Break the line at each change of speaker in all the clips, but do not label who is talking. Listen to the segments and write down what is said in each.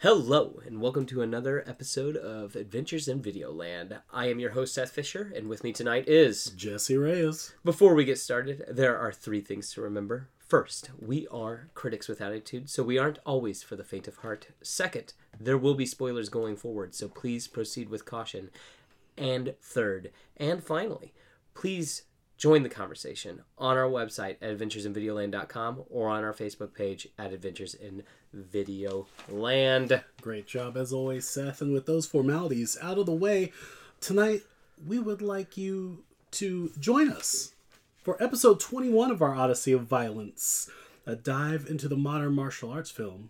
Hello, and welcome to another episode of Adventures in Videoland. I am your host, Seth Fisher, and with me tonight is.
Jesse Reyes.
Before we get started, there are three things to remember. First, we are critics with attitude, so we aren't always for the faint of heart. Second, there will be spoilers going forward, so please proceed with caution. And third, and finally, please join the conversation on our website at adventuresinvideoland.com or on our Facebook page at Adventures in Videoland.
Great job as always, Seth. And with those formalities out of the way, tonight we would like you to join us for episode 21 of our Odyssey of Violence, a dive into the modern martial arts film.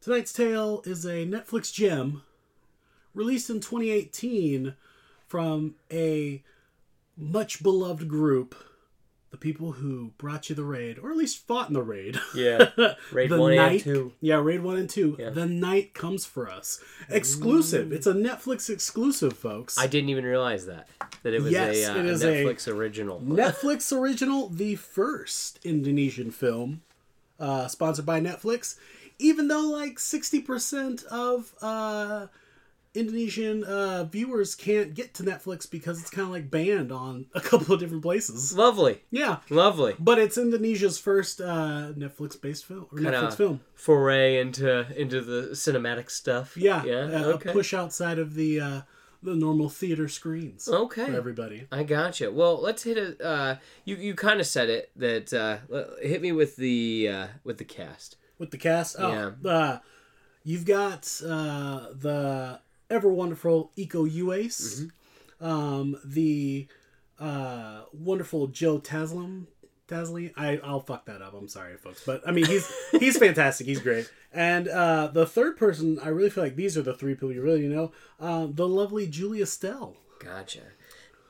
Tonight's tale is a Netflix gem released in 2018 from a much beloved group, the people who brought you the raid, or at least fought in the raid.
Yeah. Raid
The
one and
Night-
two.
Yeah, Raid 1 and 2.
Yeah.
The Night Comes For Us. Exclusive. It's a Netflix exclusive, folks.
I didn't even realize that that it was
Yes,
a, uh,
it is
a
a-
Netflix original.
Netflix original, the first Indonesian film uh, sponsored by Netflix, even though like 60% of uh, Indonesian uh, viewers can't get to Netflix because it's kind of like banned on a couple of different places.
lovely,
Yeah.
lovely.
But it's Indonesia's first uh, Netflix based film, or
Kinda
Netflix film.
Foray into into the cinematic stuff.
Yeah,
yeah.
a-
okay.
a push outside of the uh, the normal theater screens
Okay.
for everybody.
I gotcha. Well, let's hit it. Uh, you you kind of said it that uh, l- hit me with the uh, with the cast.
With the cast, oh, uh, you've got uh, the ever wonderful Eco Uace, E,
Mm-hmm.
um, the uh, wonderful Joe Taslim. Taslim, I, I'll fuck that up. I'm sorry, folks, but I mean he's he's fantastic. He's great. And uh, the third person, I really feel like these are the three people you really know. Um, the lovely Julia Stell.
Gotcha.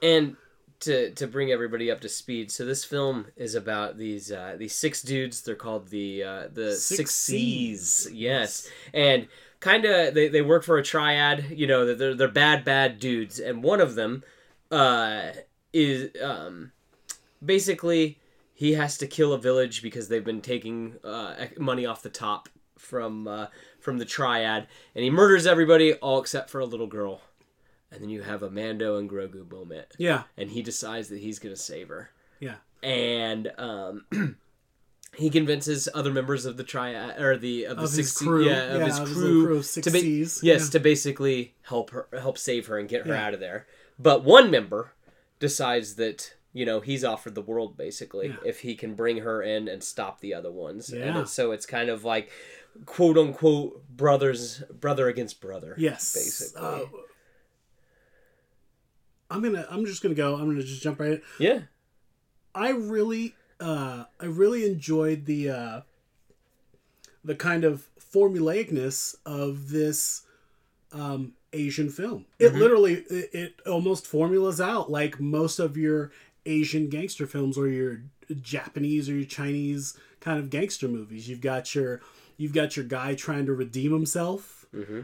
And to to bring everybody up to speed, so this film is about these uh, these six dudes. They're called the uh, the
Six
six C's. Yes, and kind of they, they work for a triad. You know, they're- they're they're bad bad dudes, and one of them uh, is um, basically he has to kill a village because they've been taking uh, ec- money off the top from uh, from the triad, and he murders everybody all except for a little girl. And then you have a Mando and Grogu moment,
Yeah,
and he decides that he's gonna save her,
yeah.
and um, he convinces other members of the triad or the of, the
Of his
six
crew.
yeah, of
Yeah,
his
of his
crew,
little crew of six
to ba-
Cs.
yes,
Yeah.
to basically help her, help save her and get her
Yeah.
out of there. But one member decides that you know he's offered the world basically if he can bring her in and stop the other ones, and
Yeah.
it- so it's kind of like quote unquote brothers brother against brother.
Yes.
basically.
Uh, I'm gonna. I'm just gonna go. I'm gonna just jump right. In.
yeah.
I really, uh, I really enjoyed the uh, the kind of formulaicness of this um, Asian film. It
Mm-hmm.
literally, it, it almost formulas out like most of your Asian gangster films or your Japanese or your Chinese kind of gangster movies. You've got your, you've got your guy trying to redeem himself.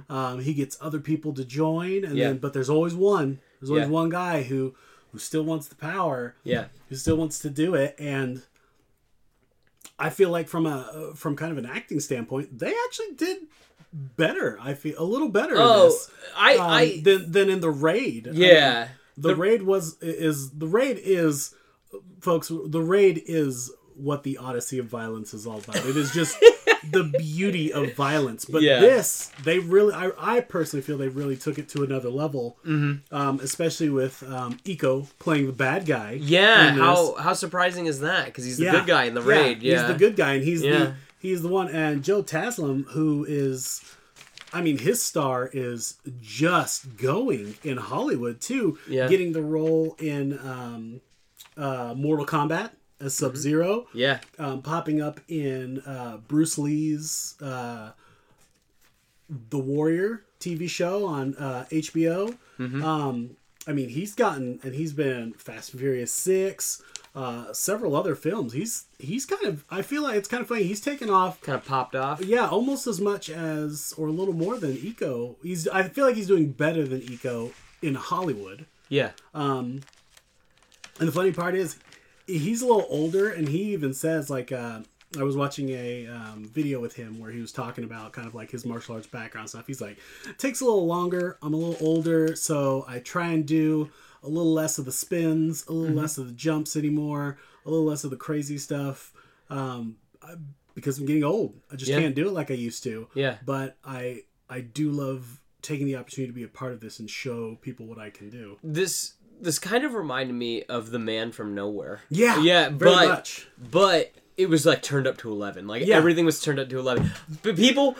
Um, he gets other people to join, and
Yeah.
then but there's always one. There's always
Yeah.
one guy who who still wants the power
Yeah.
who still wants to do it and i feel like from a from kind of an acting standpoint they actually did better i feel a little better in
Oh,
this,
I,
um,
I,
than, than in the raid I mean,
yeah,
the, raid was is the raid is folks the raid is what the odyssey of violence is all about it is just the beauty of violence but
Yeah.
this they really I, I personally feel they really took it to another level um, especially with um, eco playing the bad guy
yeah.
in this.
How how surprising is that? Because he's the good guy in the raid. Yeah,
he's the good guy, and he's
Yeah.
the he's the one. And Joe Taslim, who is, I mean, his star is just going in Hollywood too.
Yeah.
getting the role in um, uh, Mortal Kombat as Sub 0
Yeah,
um, popping up in uh, Bruce Lee's uh, The Warrior TV show on uh, HBO. Um, I mean, he's gotten and he's been Fast and Furious Six, uh, several other films. He's he's kind of I feel like it's kind of funny. He's taken off,
kind of popped off.
yeah, almost as much as or a little more than Eco. He's I feel like he's doing better than Eco in Hollywood.
Yeah,
Um, and the funny part is, he's a little older, and he even says like, uh, I was watching a um, video with him where he was talking about kind of like his martial arts background stuff. He's like, takes a little longer. I'm a little older, so I try and do a little less of the spins, a
Mm-hmm.
little less of the jumps anymore, a little less of the crazy stuff, um, I, because I'm getting old. I just
Yeah.
can't do it like I used to.
Yeah.
But I I do love taking the opportunity to be a part of this and show people what I can do.
This this kind of reminded me of the man from nowhere.
Yeah.
Yeah,
Very
but
much.
but it was like turned up to 11 like
Yeah.
everything was turned up to 11 but people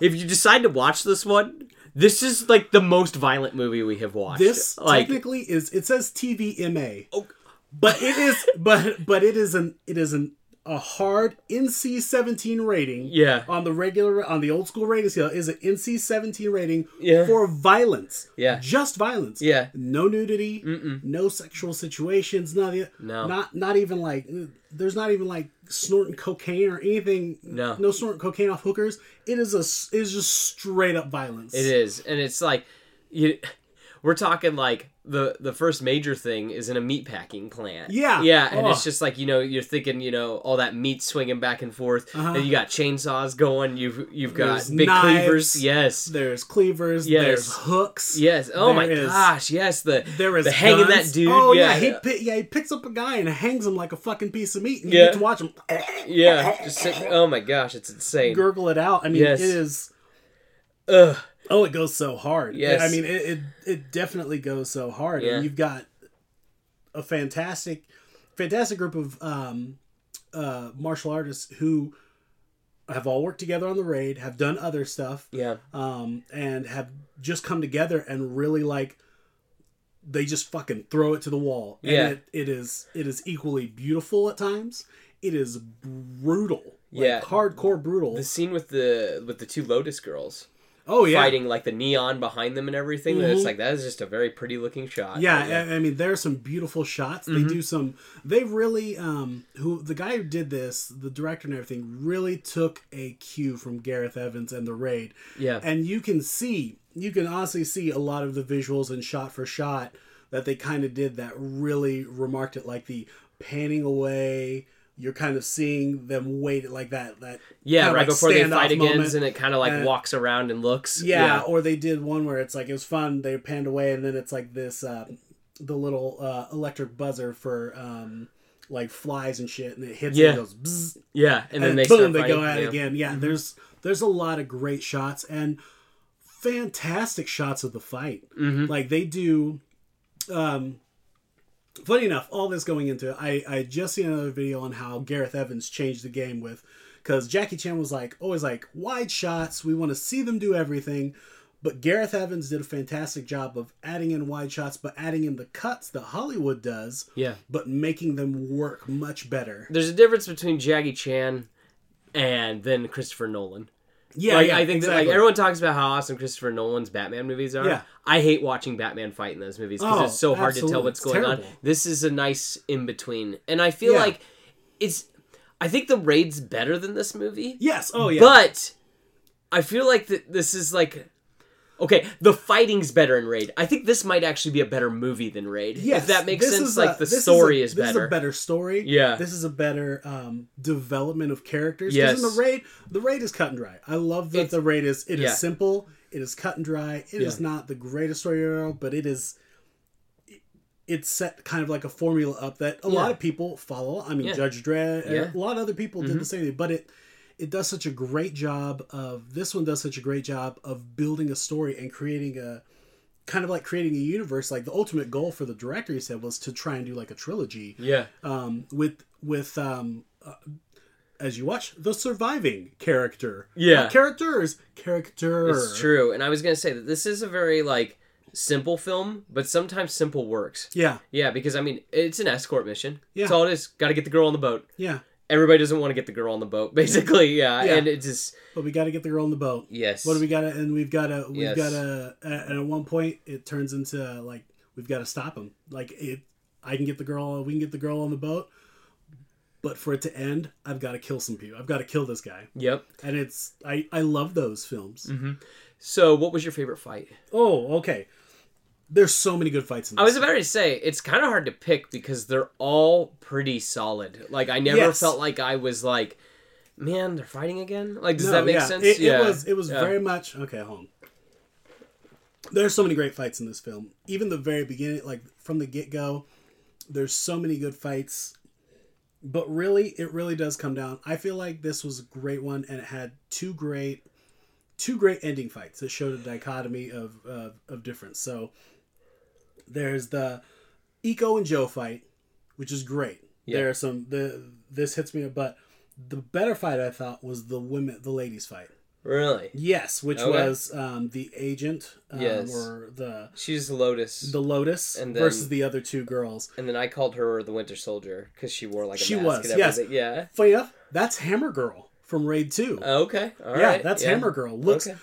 if you decide to watch this one this is like the most violent movie we have watched
This
like
technically is it says TVMA,
oh,
but it is but but it is an it is an a hard NC seventeen rating.
Yeah.
On the regular on the old school rating scale is an NC seventeen rating
Yeah.
for violence.
Yeah.
Just violence.
Yeah.
No nudity. No sexual situations. Not
No.
Not not even like there's not even like snorting cocaine or anything.
No.
No snorting cocaine off hookers. It is a s- it is just straight up violence.
it is and it's like you we're talking like the the first major thing is in a meat packing plant
Yeah.
yeah and
Ugh.
it's just like you know you're thinking you know all that meat swinging back and forth and you got chainsaws going you've you've got
Uh-huh. There's
big
knives.
cleavers yes
There's cleavers.
Yes.
There's hooks.
Yes. Oh my
There is-
gosh. Yes. The
There is
the hanging
guns.
that dude.
Oh yeah,
yeah.
he pi- yeah he picks up a guy and hangs him like a fucking piece of meat, and you
Yeah.
get to watch him
Yeah, just sit, oh my gosh, it's insane.
gurgle it out. I mean,
Yes.
it is.
Ugh.
Oh, it goes so hard.
Yes.
I mean, it it, it definitely goes so hard.
Yeah.
And you've got a fantastic, fantastic group of um, uh, martial artists who have all worked together on the raid, have done other stuff,
Yeah,
um, and have just come together and really like they just fucking throw it to the wall. And
Yeah.
it, it is it is equally beautiful at times. It is brutal. Like,
Yeah.
Hardcore brutal.
the scene with the with the two Lotus girls
oh yeah. Mm-hmm.
fighting like the neon behind them and everything. It's like that is just a very pretty looking shot. Mm-hmm.
Yeah, I, I mean there are some beautiful shots. They do some. They really um who the guy who did this, the director and everything, really took a cue from Gareth Evans and the raid.
Yeah.
and you can see, you can honestly see a lot of the visuals and shot for shot that they kind of did that really remarked it, like the panning away. You're kind of seeing them wait like that. That
yeah,
kind of,
right
like,
before they
standoff
fight again,
moment.
and it kind of like
Uh,
walks around and looks.
Yeah, or they did one where it's like it was fun. They panned away, and then it's like this uh, the little uh, electric buzzer for um, like flies and shit, and it hits
Yeah.
and it goes, bzzz,
yeah, yeah. And, then they
boom,
start
they go
fighting,
at it
yeah. Mm-hmm.
again. Yeah, there's there's a lot of great shots and fantastic shots of the fight.
Mm-hmm.
Like they do. Um, funny enough, all this going into it, I I just seen another video on how Gareth Evans changed the game with because Jackie Chan was like always like wide shots. We want to see them do everything. But Gareth Evans did a fantastic job of adding in wide shots, but adding in the cuts that Hollywood does,
Yeah,
but making them work much better.
there's a difference between Jackie Chan and then Christopher Nolan.
Yeah,
like
yeah,
I think that
exactly.
like everyone talks about how awesome Christopher Nolan's Batman movies are.
Yeah.
I hate watching Batman fight in those movies because
Oh,
it's so hard to
absolutely.
tell what's
It's
going on.
terrible.
This is a nice in between, and I feel
Yeah.
like it's. I think the raid's better than this movie,
Yes. Oh yeah.
but I feel like that this is like. Okay, the fighting's better in Raid. I think this might actually be a better movie than Raid.
yes,
if that makes
this
sense,
is a-
like the
this is a-
story is,
This is a
better.
better story.
Yeah.
This is a better um, development of characters. 'Cause
Yes.
In the raid, the raid is cut and dry. I love that
It's-
the raid is. It is
yeah.
simple. It is cut and dry. It is
Yeah.
not the greatest story in the world, but it is. It's set kind of like a formula up that a lot
Yeah.
of people follow. I mean,
Yeah.
Judge Dredd.
Yeah. Mm-hmm.
A lot of other people did the same thing, but it it does such a great job of this one does such a great job of building a story and creating a kind of like creating a universe like the ultimate goal for the director he said was to try and do like a trilogy
yeah,
um with with um uh, as you watch the surviving character
Yeah.
Not characters character
it's true. And I was gonna say that this is a very like simple film, but sometimes simple works.
yeah
Yeah, because I mean, it's an escort mission.
Yeah.
That's all it is. Got to get the girl on the boat.
yeah
Everybody doesn't want to get the girl on the boat, basically. Yeah,
Yeah.
and it just
but we got to get the girl on the boat
yes.
what do we got to and we've got to we've
Yes.
got to and at one point it turns into like we've got to stop him like it i can get the girl we can get the girl on the boat but for it to end i've got to kill some people i've got to kill this guy
Yep.
and it's
Mm.
I I love those films.
So, what was your favorite fight?
Oh, okay. There's so many good fights in this.
I was about to say it's kind of hard to pick because they're all pretty solid. Like I never
Yes.
felt like I was like, man, they're fighting again. Like does
No,
that make
yeah.
sense?
It, it
yeah,
was it was
yeah.
very much okay. Hold on. There's so many great fights in this film. Even the very beginning, like from the get go, there's so many good fights. But really, it really does come down. I feel like this was a great one, and it had two great, two great ending fights that showed a dichotomy of of, of difference. So there's the Eco and Joe fight, which is great.
Yeah.
There are some the this hits me in the butt. The better fight I thought was the women, the ladies fight.
really.
Yes, which
Okay.
was um, the agent um,
Yes.
or the
She's Lotus,
the Lotus
And then-
versus the other two girls.
and then I called her the Winter Soldier because she wore like a
She
mask
was,
and
yes.
everything. Yeah.
Funny enough, that's Hammer Girl from Raid Two.
Oh, okay. All right.
yeah, that's Hammer Girl. Looks
Okay.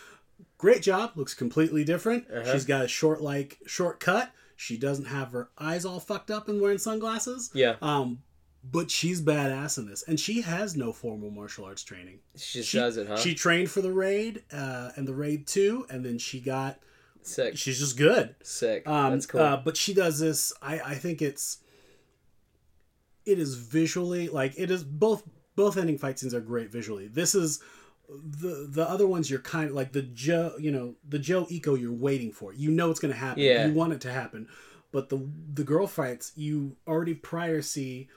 great job. Looks completely different.
Uh-huh.
She's got a short like short cut. She doesn't have her eyes all fucked up and wearing sunglasses.
Yeah.
Um, but she's badass in this, and she has no formal martial arts training.
She just
She-
does it, huh?
She trained for the raid uh, and the raid two, and then she got.
Sick.
She's just good.
Sick.
Um,
that's cool.
uh, but she does this. I I think it's. It is visually like it is both both ending fight scenes are great visually. This is the the other ones you're kind of like the Joe you know the Joe Eco you're waiting for. You know it's going to happen.
Yeah.
You want it to happen. But the the girl fights you already prior see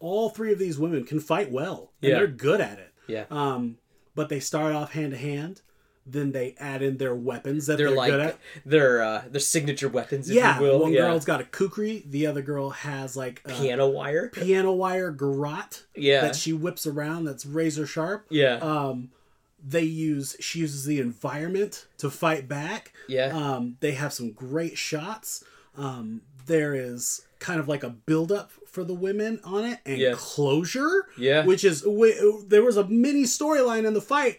all three of these women can fight well and
Yeah.
they're good at it.
yeah.
Um, but they start off hand to hand, then they add in their weapons that
They're,
they're, good
like
at.
their uh, their signature weapons, if
Yeah,
you will.
one
yeah.
girl's got a kukri, the other girl has like a piano,
piano wire.
wire garrote
Yeah.
that she whips around that's razor sharp.
yeah.
Um, they use she uses the environment to fight back.
yeah.
Um, they have some great shots. Um, there is kind of like a build up for the women on it and
Yeah.
closure.
Yeah.
Which is w- there was a mini storyline in the fight.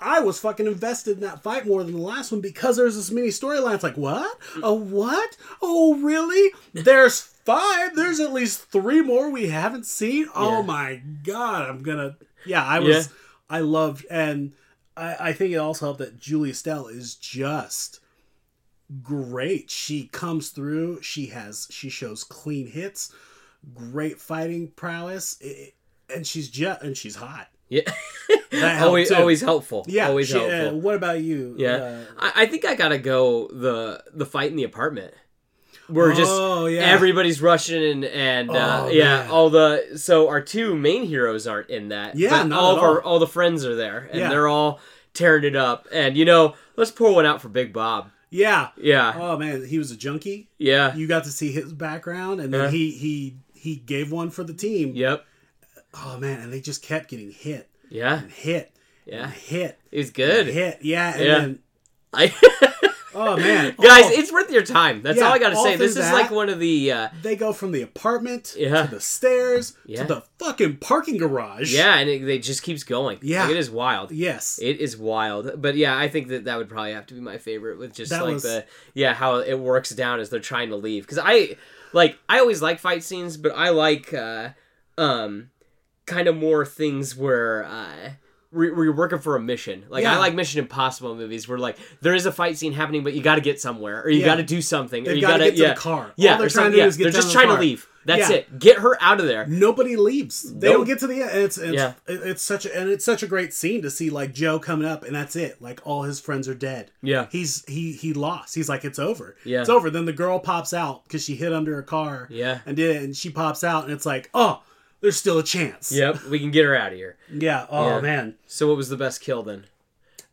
I was fucking invested in that fight more than the last one because there's this mini storyline. It's like what? Oh what? Oh really? There's five. There's at least three more we haven't seen. Oh
Yeah.
my god! I'm gonna. Yeah, I was.
Yeah.
I loved and I, I think it also helped that Julie Stell is just great. She comes through. She has she shows clean hits, great fighting prowess, i- i- and she's just and she's hot.
yeah.
That helped
always
too.
always helpful.
Yeah.
Always
she- uh,
helpful.
what about you?
Yeah.
Uh,
I, I think I gotta go the the fight in the apartment. Where just
Oh, yeah.
everybody's rushing and, and uh,
Oh,
yeah,
man.
all the so our two main heroes aren't in that.
Yeah,
but
not
all
at
of our
all.
all the friends are there and
Yeah.
they're all tearing it up. And you know, let's pour one out for Big Bob.
yeah.
Yeah,
Oh man, he was a junkie.
yeah,
You got to see his background, and then
Uh-huh.
he he he gave one for the team.
yep,
Oh man, and they just kept getting hit
yeah,
and hit
yeah.
and hit
He's
and
good.
hit. Yeah, and
Yeah.
then
I,
oh man,
guys,
Oh.
it's worth your time. That's
Yeah,
all I gotta
all
say. This is
through
like
that.
one of the uh,
They go from the apartment
Yeah.
to the stairs
Yeah.
to the fucking parking garage.
yeah, and it, it just keeps going.
Yeah.
Like, it is wild.
Yes.
It is wild, but yeah, I think that that would probably have to be my favorite with just
That
like
was-
the yeah how it works down as they're trying to leave because I like I always like fight scenes, but I like uh, um kind of more things where. Uh, where where you're working for a mission. Like I
Yeah.
like Mission Impossible movies, where like there is a fight scene happening, but you got to get somewhere, or you
Yeah.
got to do something, or
They've
you
got
got
to get to
yeah,
the car.
yeah.
All they're
or
trying
something,
to do
yeah,
is get
they're
down
just
the
trying
car.
to leave. That's
Yeah.
it. Get her out of there.
Nobody leaves. They
Nope.
don't get to the end. It's, it's,
Yeah.
it- it's such a, and it's such a great scene to see like Joe coming up and that's it. Like all his friends are dead.
Yeah.
He's he he lost. He's like it's over.
Yeah.
It's over. Then the girl pops out because she hid under a car.
Yeah.
And did it, and she pops out, and it's like, oh, there's still a chance.
Yep, we can get her out of here.
Yeah. Oh
Yeah.
man.
So what was the best kill then?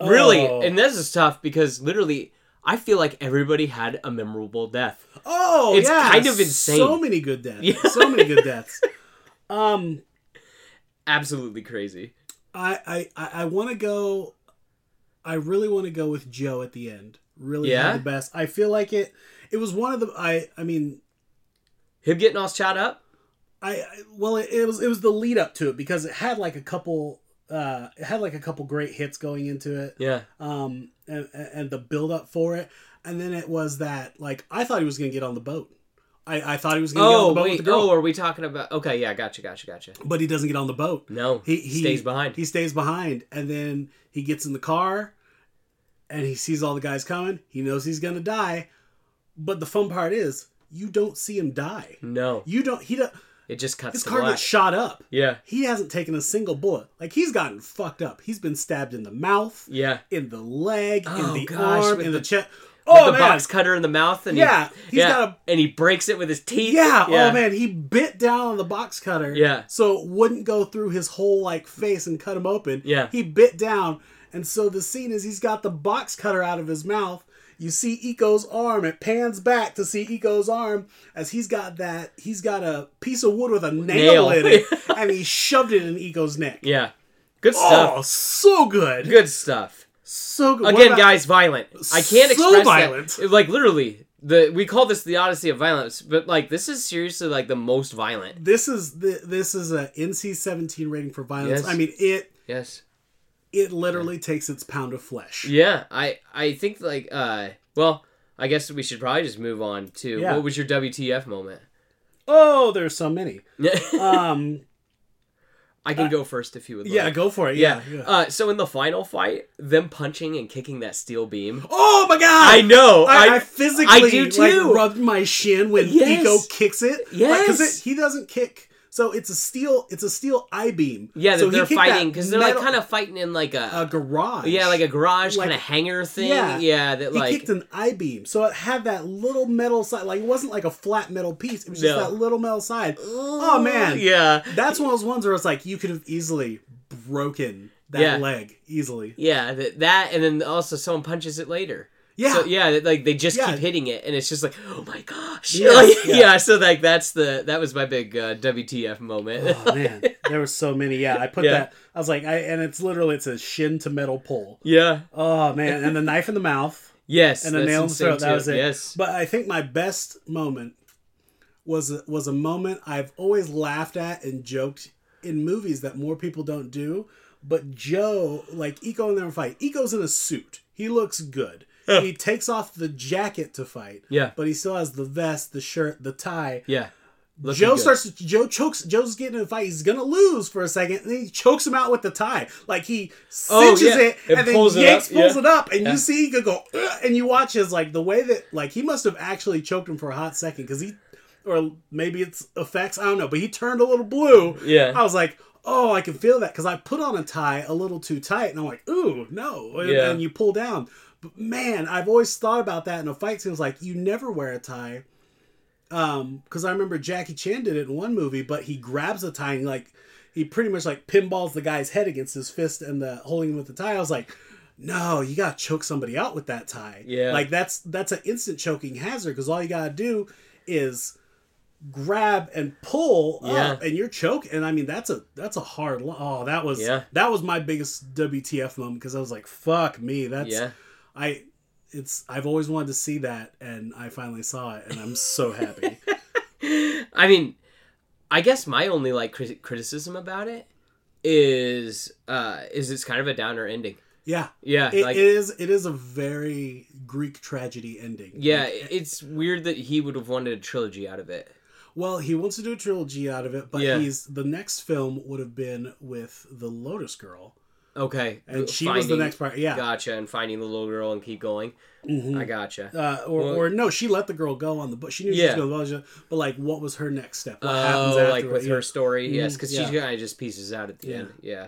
Really,
Oh.
and this is tough because literally, I feel like everybody had a memorable death.
Oh,
It's
yeah.
kind of insane.
So many good deaths.
Yeah.
So many good deaths. Um,
Absolutely crazy.
I I I, I want to go. I really want to go with Joe at the end. Really, had
Yeah?
the best. I feel like it. It was one of the. I I mean.
Him getting all shot up.
I, I well, it, it was it was the lead up to it because it had like a couple. Uh, it had like a couple great hits going into it.
Yeah,
Um, and, and the build up for it, and then it was that like I thought he was gonna get on the boat. I, I thought he was gonna get on
Oh
the boat
wait,
with the girl,
oh, are we talking about? Okay, yeah, gotcha, gotcha, gotcha.
but he doesn't get on the boat.
No,
He-
he,
he-
stays behind.
He stays behind, and then he gets in the car, and he sees all the guys coming. He knows he's gonna die, But the fun part is you don't see him die.
No,
You don't. He don't.
it just cuts
His
to
car
black.
gets shot up.
yeah,
He hasn't taken a single bullet. Like he's gotten fucked up. He's been stabbed in the mouth,
yeah.
in the leg,
Oh,
in the
gosh,
arm,
with
in the,
the-
chest. Oh
the
man,
box cutter in the mouth, and
Yeah,
he,
he's got a-
and he breaks it with his teeth.
Yeah. Oh man, he bit down on the box cutter.
Yeah.
So it wouldn't go through his whole like face and cut him open.
Yeah.
He bit down, and so the scene is he's got the box cutter out of his mouth. You see Eco's arm. It pans back to see Eco's arm as he's got that. He's got a piece of wood with a
Nail.
nail, in it, and he shoved it in Eco's neck.
yeah. Good
Oh,
stuff.
so good.
Good stuff.
So good. What
Again,
about-
guys, violent. I
So
can't express
violent.
That. Like literally, the we call this the Odyssey of violence, but like this is seriously like the most violent.
This is the, this is a NC-17 rating for violence.
Yes.
I mean, it
Yes.
it literally takes its pound of flesh.
Yeah. I I think like uh well I guess we should probably just move on to
Yeah.
what was your WTF moment?
Oh, there's so many. Um,
I can go first if you would.
yeah,
like.
go for it. Yeah.
Yeah.
yeah.
Uh, so in the final fight, them punching and kicking that steel beam.
oh my god!
I know.
I, I,
I
physically
I do too.
Like, rubbed my shin when
Yes.
Eco kicks it. because
Yes.
he doesn't kick. So it's a steel. It's a steel I beam.
Yeah, they're,
so he
they're
kicked that
fighting because they're like
metal-
kind of fighting in like a,
a garage.
yeah, like a garage
like-
kind of hangar thing.
yeah.
Yeah, that
He
like
kicked an I beam, so it had that little metal side. Like it wasn't like a flat metal piece; it was just
No.
that little metal side. Oh man,
yeah,
that's one of those ones where it's like you could have easily broken that
Yeah.
leg easily.
yeah, that, that and then also someone punches it later.
Yeah,
So yeah, that, like they just
Yeah.
keep hitting it, and it's just like, oh my gosh,
Yes,
Like,
yeah.
yeah. So like that's the that was my big uh, WTF moment.
oh man, there were so many. Yeah, I put
Yeah.
that. I was like, I and it's literally it's a shin to metal pole.
yeah.
Oh man, and the knife in the mouth
Yes.
and the
that's
nail in the
insane
throat. That
too.
was it.
Yes.
But I think my best moment was was a moment I've always laughed at and joked in movies that more people don't do. But Joe, like Eco in their fight, Eco's in a suit. He looks good.
Yeah.
He takes off the jacket to fight,
Yeah.
but he still has the vest, the shirt, the tie.
Yeah. Looking
Joe
good.
starts. Joe chokes. Joe's getting in a fight. He's gonna lose for a second, and then he chokes him out with the tie. Like he cinches
Oh, yeah.
it,
It
and then
pulls it
yanks,
up,
pulls
yeah.
it up, and
Yeah.
you see he could go, "Ugh," and you watch his like the way that like he must have actually choked him for a hot second because he, or maybe it's effects. I don't know, but he turned a little blue.
Yeah.
I was like, oh, I can feel that because I put on a tie a little too tight, and I'm like, ooh, no, and,
Yeah.
and you pull down. But man, I've always thought about that in a fight scene. It's like you never wear a tie um because i remember jackie chan did it in one movie but he grabs a tie and like he pretty much like pinballs the guy's head against his fist and the holding him with the tie i was like no you gotta choke somebody out with that tie
Yeah.
like that's that's an instant choking hazard because all you gotta do is grab and pull
Yeah.
up and you're choke and i mean that's a that's a hard lo- oh that was
Yeah.
that was my biggest wtf moment because i was like fuck me that's
Yeah.
I it's I've always wanted to see that and I finally saw it and I'm so happy.
I mean, I guess my only like cri- criticism about it is uh is it's kind of a downer ending.
yeah.
Yeah,
It,
like
it is it is a very Greek tragedy ending.
yeah,
Like,
it's weird that he would have wanted a trilogy out of it.
well, he wants to do a trilogy out of it, but
Yeah.
he's the next film would have been with the Lotus Girl.
Okay,
And she was the
finding-
next part. Yeah.
Gotcha, and finding the little girl and keep going.
Mhm.
I gotcha.
Uh, or,
Well-
or no, she let the girl go on the boat. She knew
Yeah.
she was going to but like, what was her next step? What happens
Oh,
after
like with her story, yes,
Mhm,
because
yeah.
she kind of just pieces out at the
Yeah.
end. Yeah,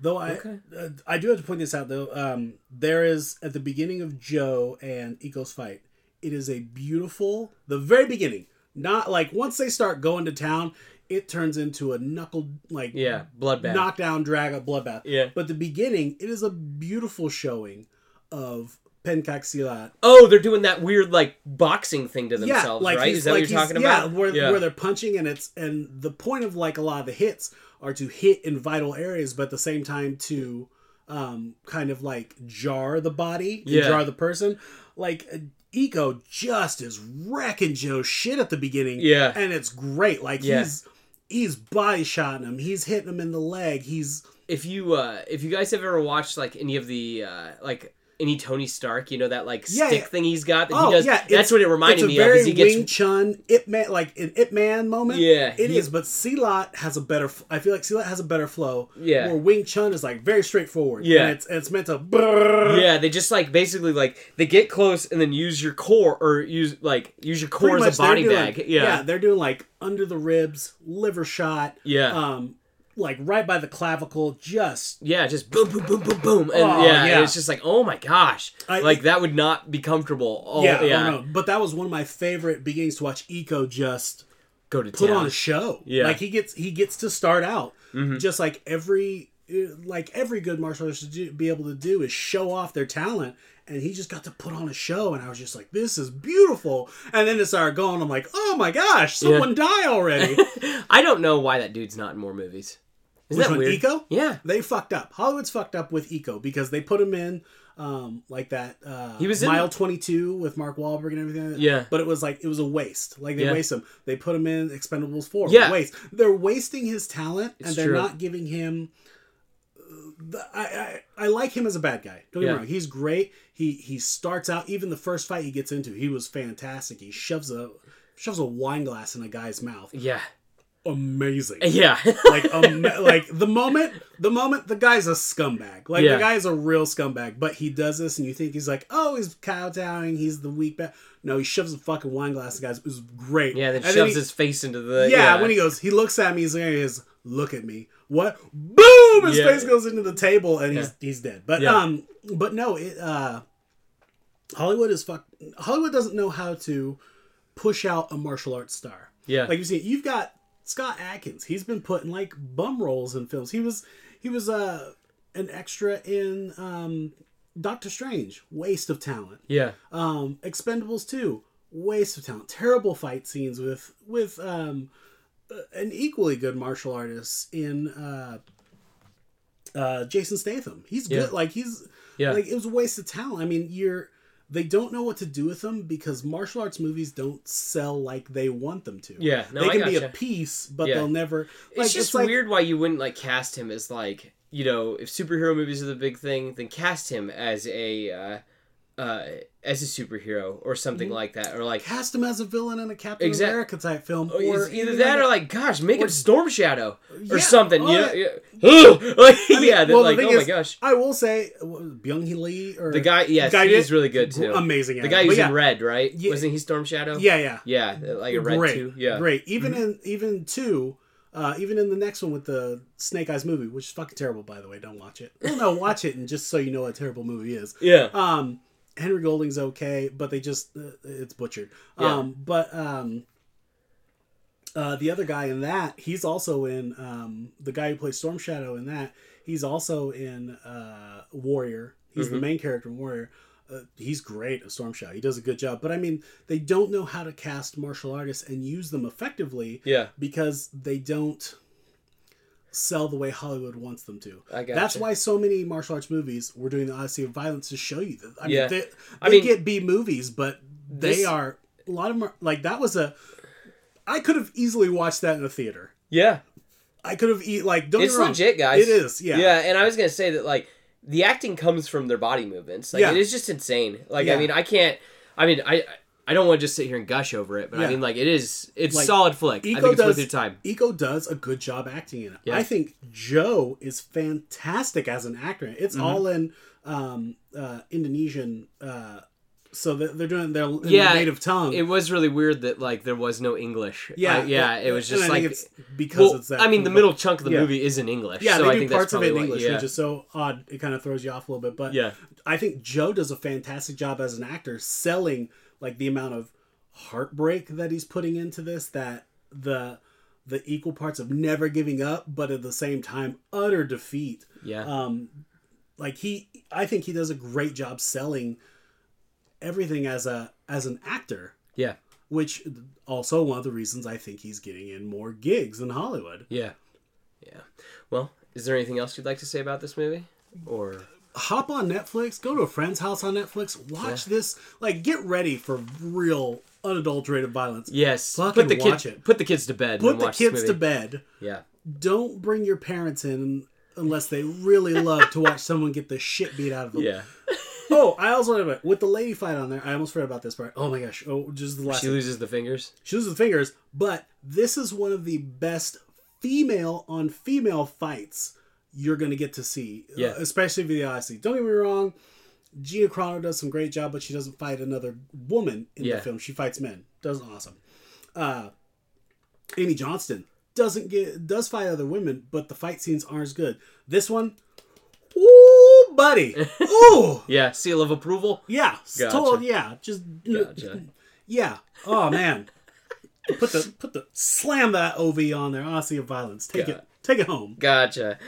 Though I,
Okay.
uh, I do have to point this out though. Um, there is at the beginning of Joe and Eco's fight. It is a beautiful, the very beginning. Not like once they start going to town, it turns into a knuckled like
yeah, bloodbath.
knockdown drag up bloodbath.
Yeah.
But the beginning, it is a beautiful showing of Pencak Silat.
Oh, they're doing that weird like boxing thing to
Yeah,
themselves,
like
right?
he's-
Is that
like
what you're
he's-
talking
yeah,
about?
Where, where they're punching and it's and the point of like a lot of the hits are to hit in vital areas, but at the same time to um, kind of like jar the body, and
Yeah.
jar the person. Like uh, Eco just is wrecking Joe's shit at the beginning,
Yeah.
and it's great. Like
Yeah.
he's he's body shotting him, he's hitting him in the leg, he's
if you uh if you guys have ever watched like any of the uh like any Tony Stark, you know that like
Yeah,
stick
yeah.
thing he's got that
Oh,
he does.
yeah, it's-
that's what it
It's
reminded
a
me of. Is
very
he gets
Wing Chun Ip Man like an Ip Man moment.
Yeah,
it is.
he-
But Sealot has a better. f- I feel like Sealot has a better flow.
Yeah.
where Wing Chun is like very straightforward.
Yeah.
and it's, and it's meant to. brrrr.
yeah, they just like basically like they get close and then use your core or use like use your core
Pretty
as a
much they're
body
doing-
bag. yeah,
they're doing like under the ribs, liver shot.
Yeah.
um, like right by the clavicle. Just
Yeah, just boom, boom, boom, boom, boom, and
Oh,
yeah,
yeah.
it's just like, oh my gosh,
I-
like that would not be comfortable. Oh
yeah,
yeah,
I don't know. But that was one of my favorite beginnings to watch. Eco just
go to
put
town.
on a show.
Yeah. Mm-hmm.
like he gets he gets to start out just like every uh, like every good martial artist to do, be able to do is show off their talent. And he just got to put on a show, and I was just like, "This is beautiful." And then it started going. I'm like, "Oh my gosh, someone die already!"
I don't know why that dude's not in more movies. Isn't
Which
that
one,
weird?
Eco?
Yeah,
they fucked up. Hollywood's fucked up with Eco because they put him in um, like that. Uh,
He was in-
mile twenty two with Mark Wahlberg and everything.
Yeah.
but it was like it was a waste. Like they
Yeah.
waste him. They put him in Expendables four.
Yeah.
waste. They're wasting his talent and they're
true.
not giving him. the- I, I I like him as a bad guy. Don't get me
Yeah.
wrong. He's great. He he starts out even the first fight he gets into. He was fantastic. He shoves a shoves a wine glass in a guy's mouth.
yeah,
Amazing
yeah.
like um, like the moment the moment the guy's a scumbag like
Yeah.
the guy is a real scumbag but he does this and you think he's like oh he's kowtowing he's the weak bat no he shoves a fucking wine glass at guys it was great
yeah, then
And then
shoves
he-
his uh, face into the
yeah, when he goes he looks at me he's like he goes, look at me what boom his
Yeah.
face goes into the table and he's he's dead but
Yeah.
um but no it uh hollywood is fuck hollywood doesn't know how to push out a martial arts star
yeah,
like you see, you've got Scott Atkins. He's been put in like bum roles in films. He was he was uh, an extra in um, Doctor Strange. Waste of talent.
yeah,
Um, Expendables two. Waste of talent. Terrible fight scenes with with um, uh, an equally good martial artist in uh, uh, Jason Statham. He's
Yeah.
good. Like he's
yeah.
like it was a waste of talent. I mean, you're they don't know what to do with them because martial arts movies don't sell like they want them to.
Yeah, no,
they
I
can be a
gotcha.
piece, but
Yeah.
they'll never. Like,
it's just
like,
weird why you wouldn't like cast him as like you know if superhero movies are the big thing then cast him as a uh, uh, as a superhero or something like that or like
Mm-hmm. Cast him as a villain in a Captain
Exact-
America type film,
or
or
it's either that or like gosh make him Storm Shadow or
Yeah,
something
oh,
you
yeah.
know, yeah. Ugh! Like,
I mean,
yeah then,
well, the
like
thing
oh my
is,
gosh
I will say, Byung Hee Lee or
the guy yes
guy
he's
did-
really good too
amazing.
the guy who's
who's yeah,
in red right
Yeah.
wasn't he Storm Shadow
yeah, yeah,
yeah like a red
great,
too yeah Mm-hmm.
great. Even in even two, uh, even in the next one with the Snake Eyes movie, which is fucking terrible, by the way. Don't watch it. Well, no, watch it, and just so you know what a terrible movie is.
yeah
Um, Henry Golding's okay, but they just uh, it's butchered.
Yeah.
Um, but um, uh, the other guy in that, he's also in um, the guy who plays Storm Shadow in that. He's also in uh, Warrior. He's the main character in Warrior. Uh, he's great at Storm Shadow. He does a good job. But I mean, they don't know how to cast martial artists and use them effectively
yeah
because they don't sell the way Hollywood wants them to.
I gotcha.
That's why so many martial arts movies were doing the Odyssey of Violence to show you that. I mean,
Yeah.
they, they
I mean-
get B movies, but they
This-
are a lot of mar- like that was a. I could have easily watched that in a theater.
yeah
I could have eat like don't get
it's
me wrong,
legit, guys.
It is, yeah.
Yeah, and I was gonna say that like the acting comes from their body movements. Like
Yeah.
it is just insane. Like
Yeah.
I mean, I can't. I mean, I I don't want to just sit here and gush over it, but
Yeah.
I mean, like it is. It's
Like,
solid flick. I
Eco
think it's
does
worth your time.
Eco does a good job acting in it.
Yeah.
I think Joe is fantastic as an actor. It's
Mm-hmm.
all in um, uh, Indonesian, uh, so they're, they're doing their in their
Yeah,
native tongue.
It was really weird that like there was no English.
yeah,
I- yeah. It was
and
just
I
like.
think it's because
well,
it's that.
I mean, the
thing,
middle chunk of the
Yeah.
movie is in English.
but- Yeah,
so
they
I
do
think
parts
that's
of it in
probably why-
English,
yeah.
which is so odd. It kind of throws you off a little bit, but
yeah,
I think Joe does a fantastic job as an actor selling like the amount of heartbreak that he's putting into this that the the equal parts of never giving up but at the same time utter defeat
yeah,
um like he I think he does a great job selling everything as a as an actor
yeah,
which also one of the reasons I think he's getting in more gigs in Hollywood
yeah, yeah. Well, is there anything else you'd like to say about this movie? Or
hop on Netflix, go to a friend's house on Netflix, watch this. Like, get ready for real unadulterated violence.
yes,
Fucking
put the
watch
kids
it.
put the kids to bed.
Put
and
the
watch this
kids to
movie.
bed.
Yeah.
Don't bring your parents in unless they really love to watch someone get the shit beat out of them.
Yeah.
oh, I also have a, with the lady fight on there. I almost forgot about this part. Oh my gosh! Oh, just the last.
she
thing.
loses the fingers.
She loses the fingers, but this is one of the best female on female fights you're going to get to see, uh,
Yeah.
especially via the Odyssey. Don't get me wrong, Gina Carano does some great job, but she doesn't fight another woman in
Yeah.
the film. She fights men. Does awesome. Uh, Amy Johnston doesn't get does fight other women, but the fight scenes aren't as good. This one, ooh, buddy, ooh,
Yeah, seal of approval.
yeah,
Gotcha.
total, yeah, just
Gotcha.
yeah. Oh man. put the put the slam that OV on there. Odyssey of Violence. Take
Yeah.
it. Take it home.
Gotcha.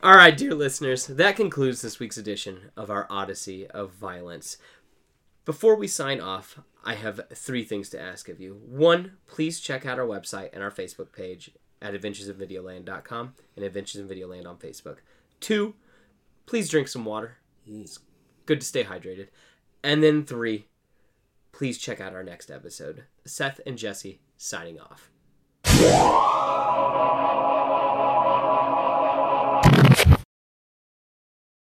All right, dear listeners, that concludes this week's edition of our Odyssey of Violence. Before we sign off, I have three things to ask of you. One, please check out our website and our Facebook page at adventuresinvideoland.com and Adventures in Videoland on Facebook. Two, please drink some water. It's good to stay hydrated. And then three, please check out our next episode. Seth and Jesse signing off.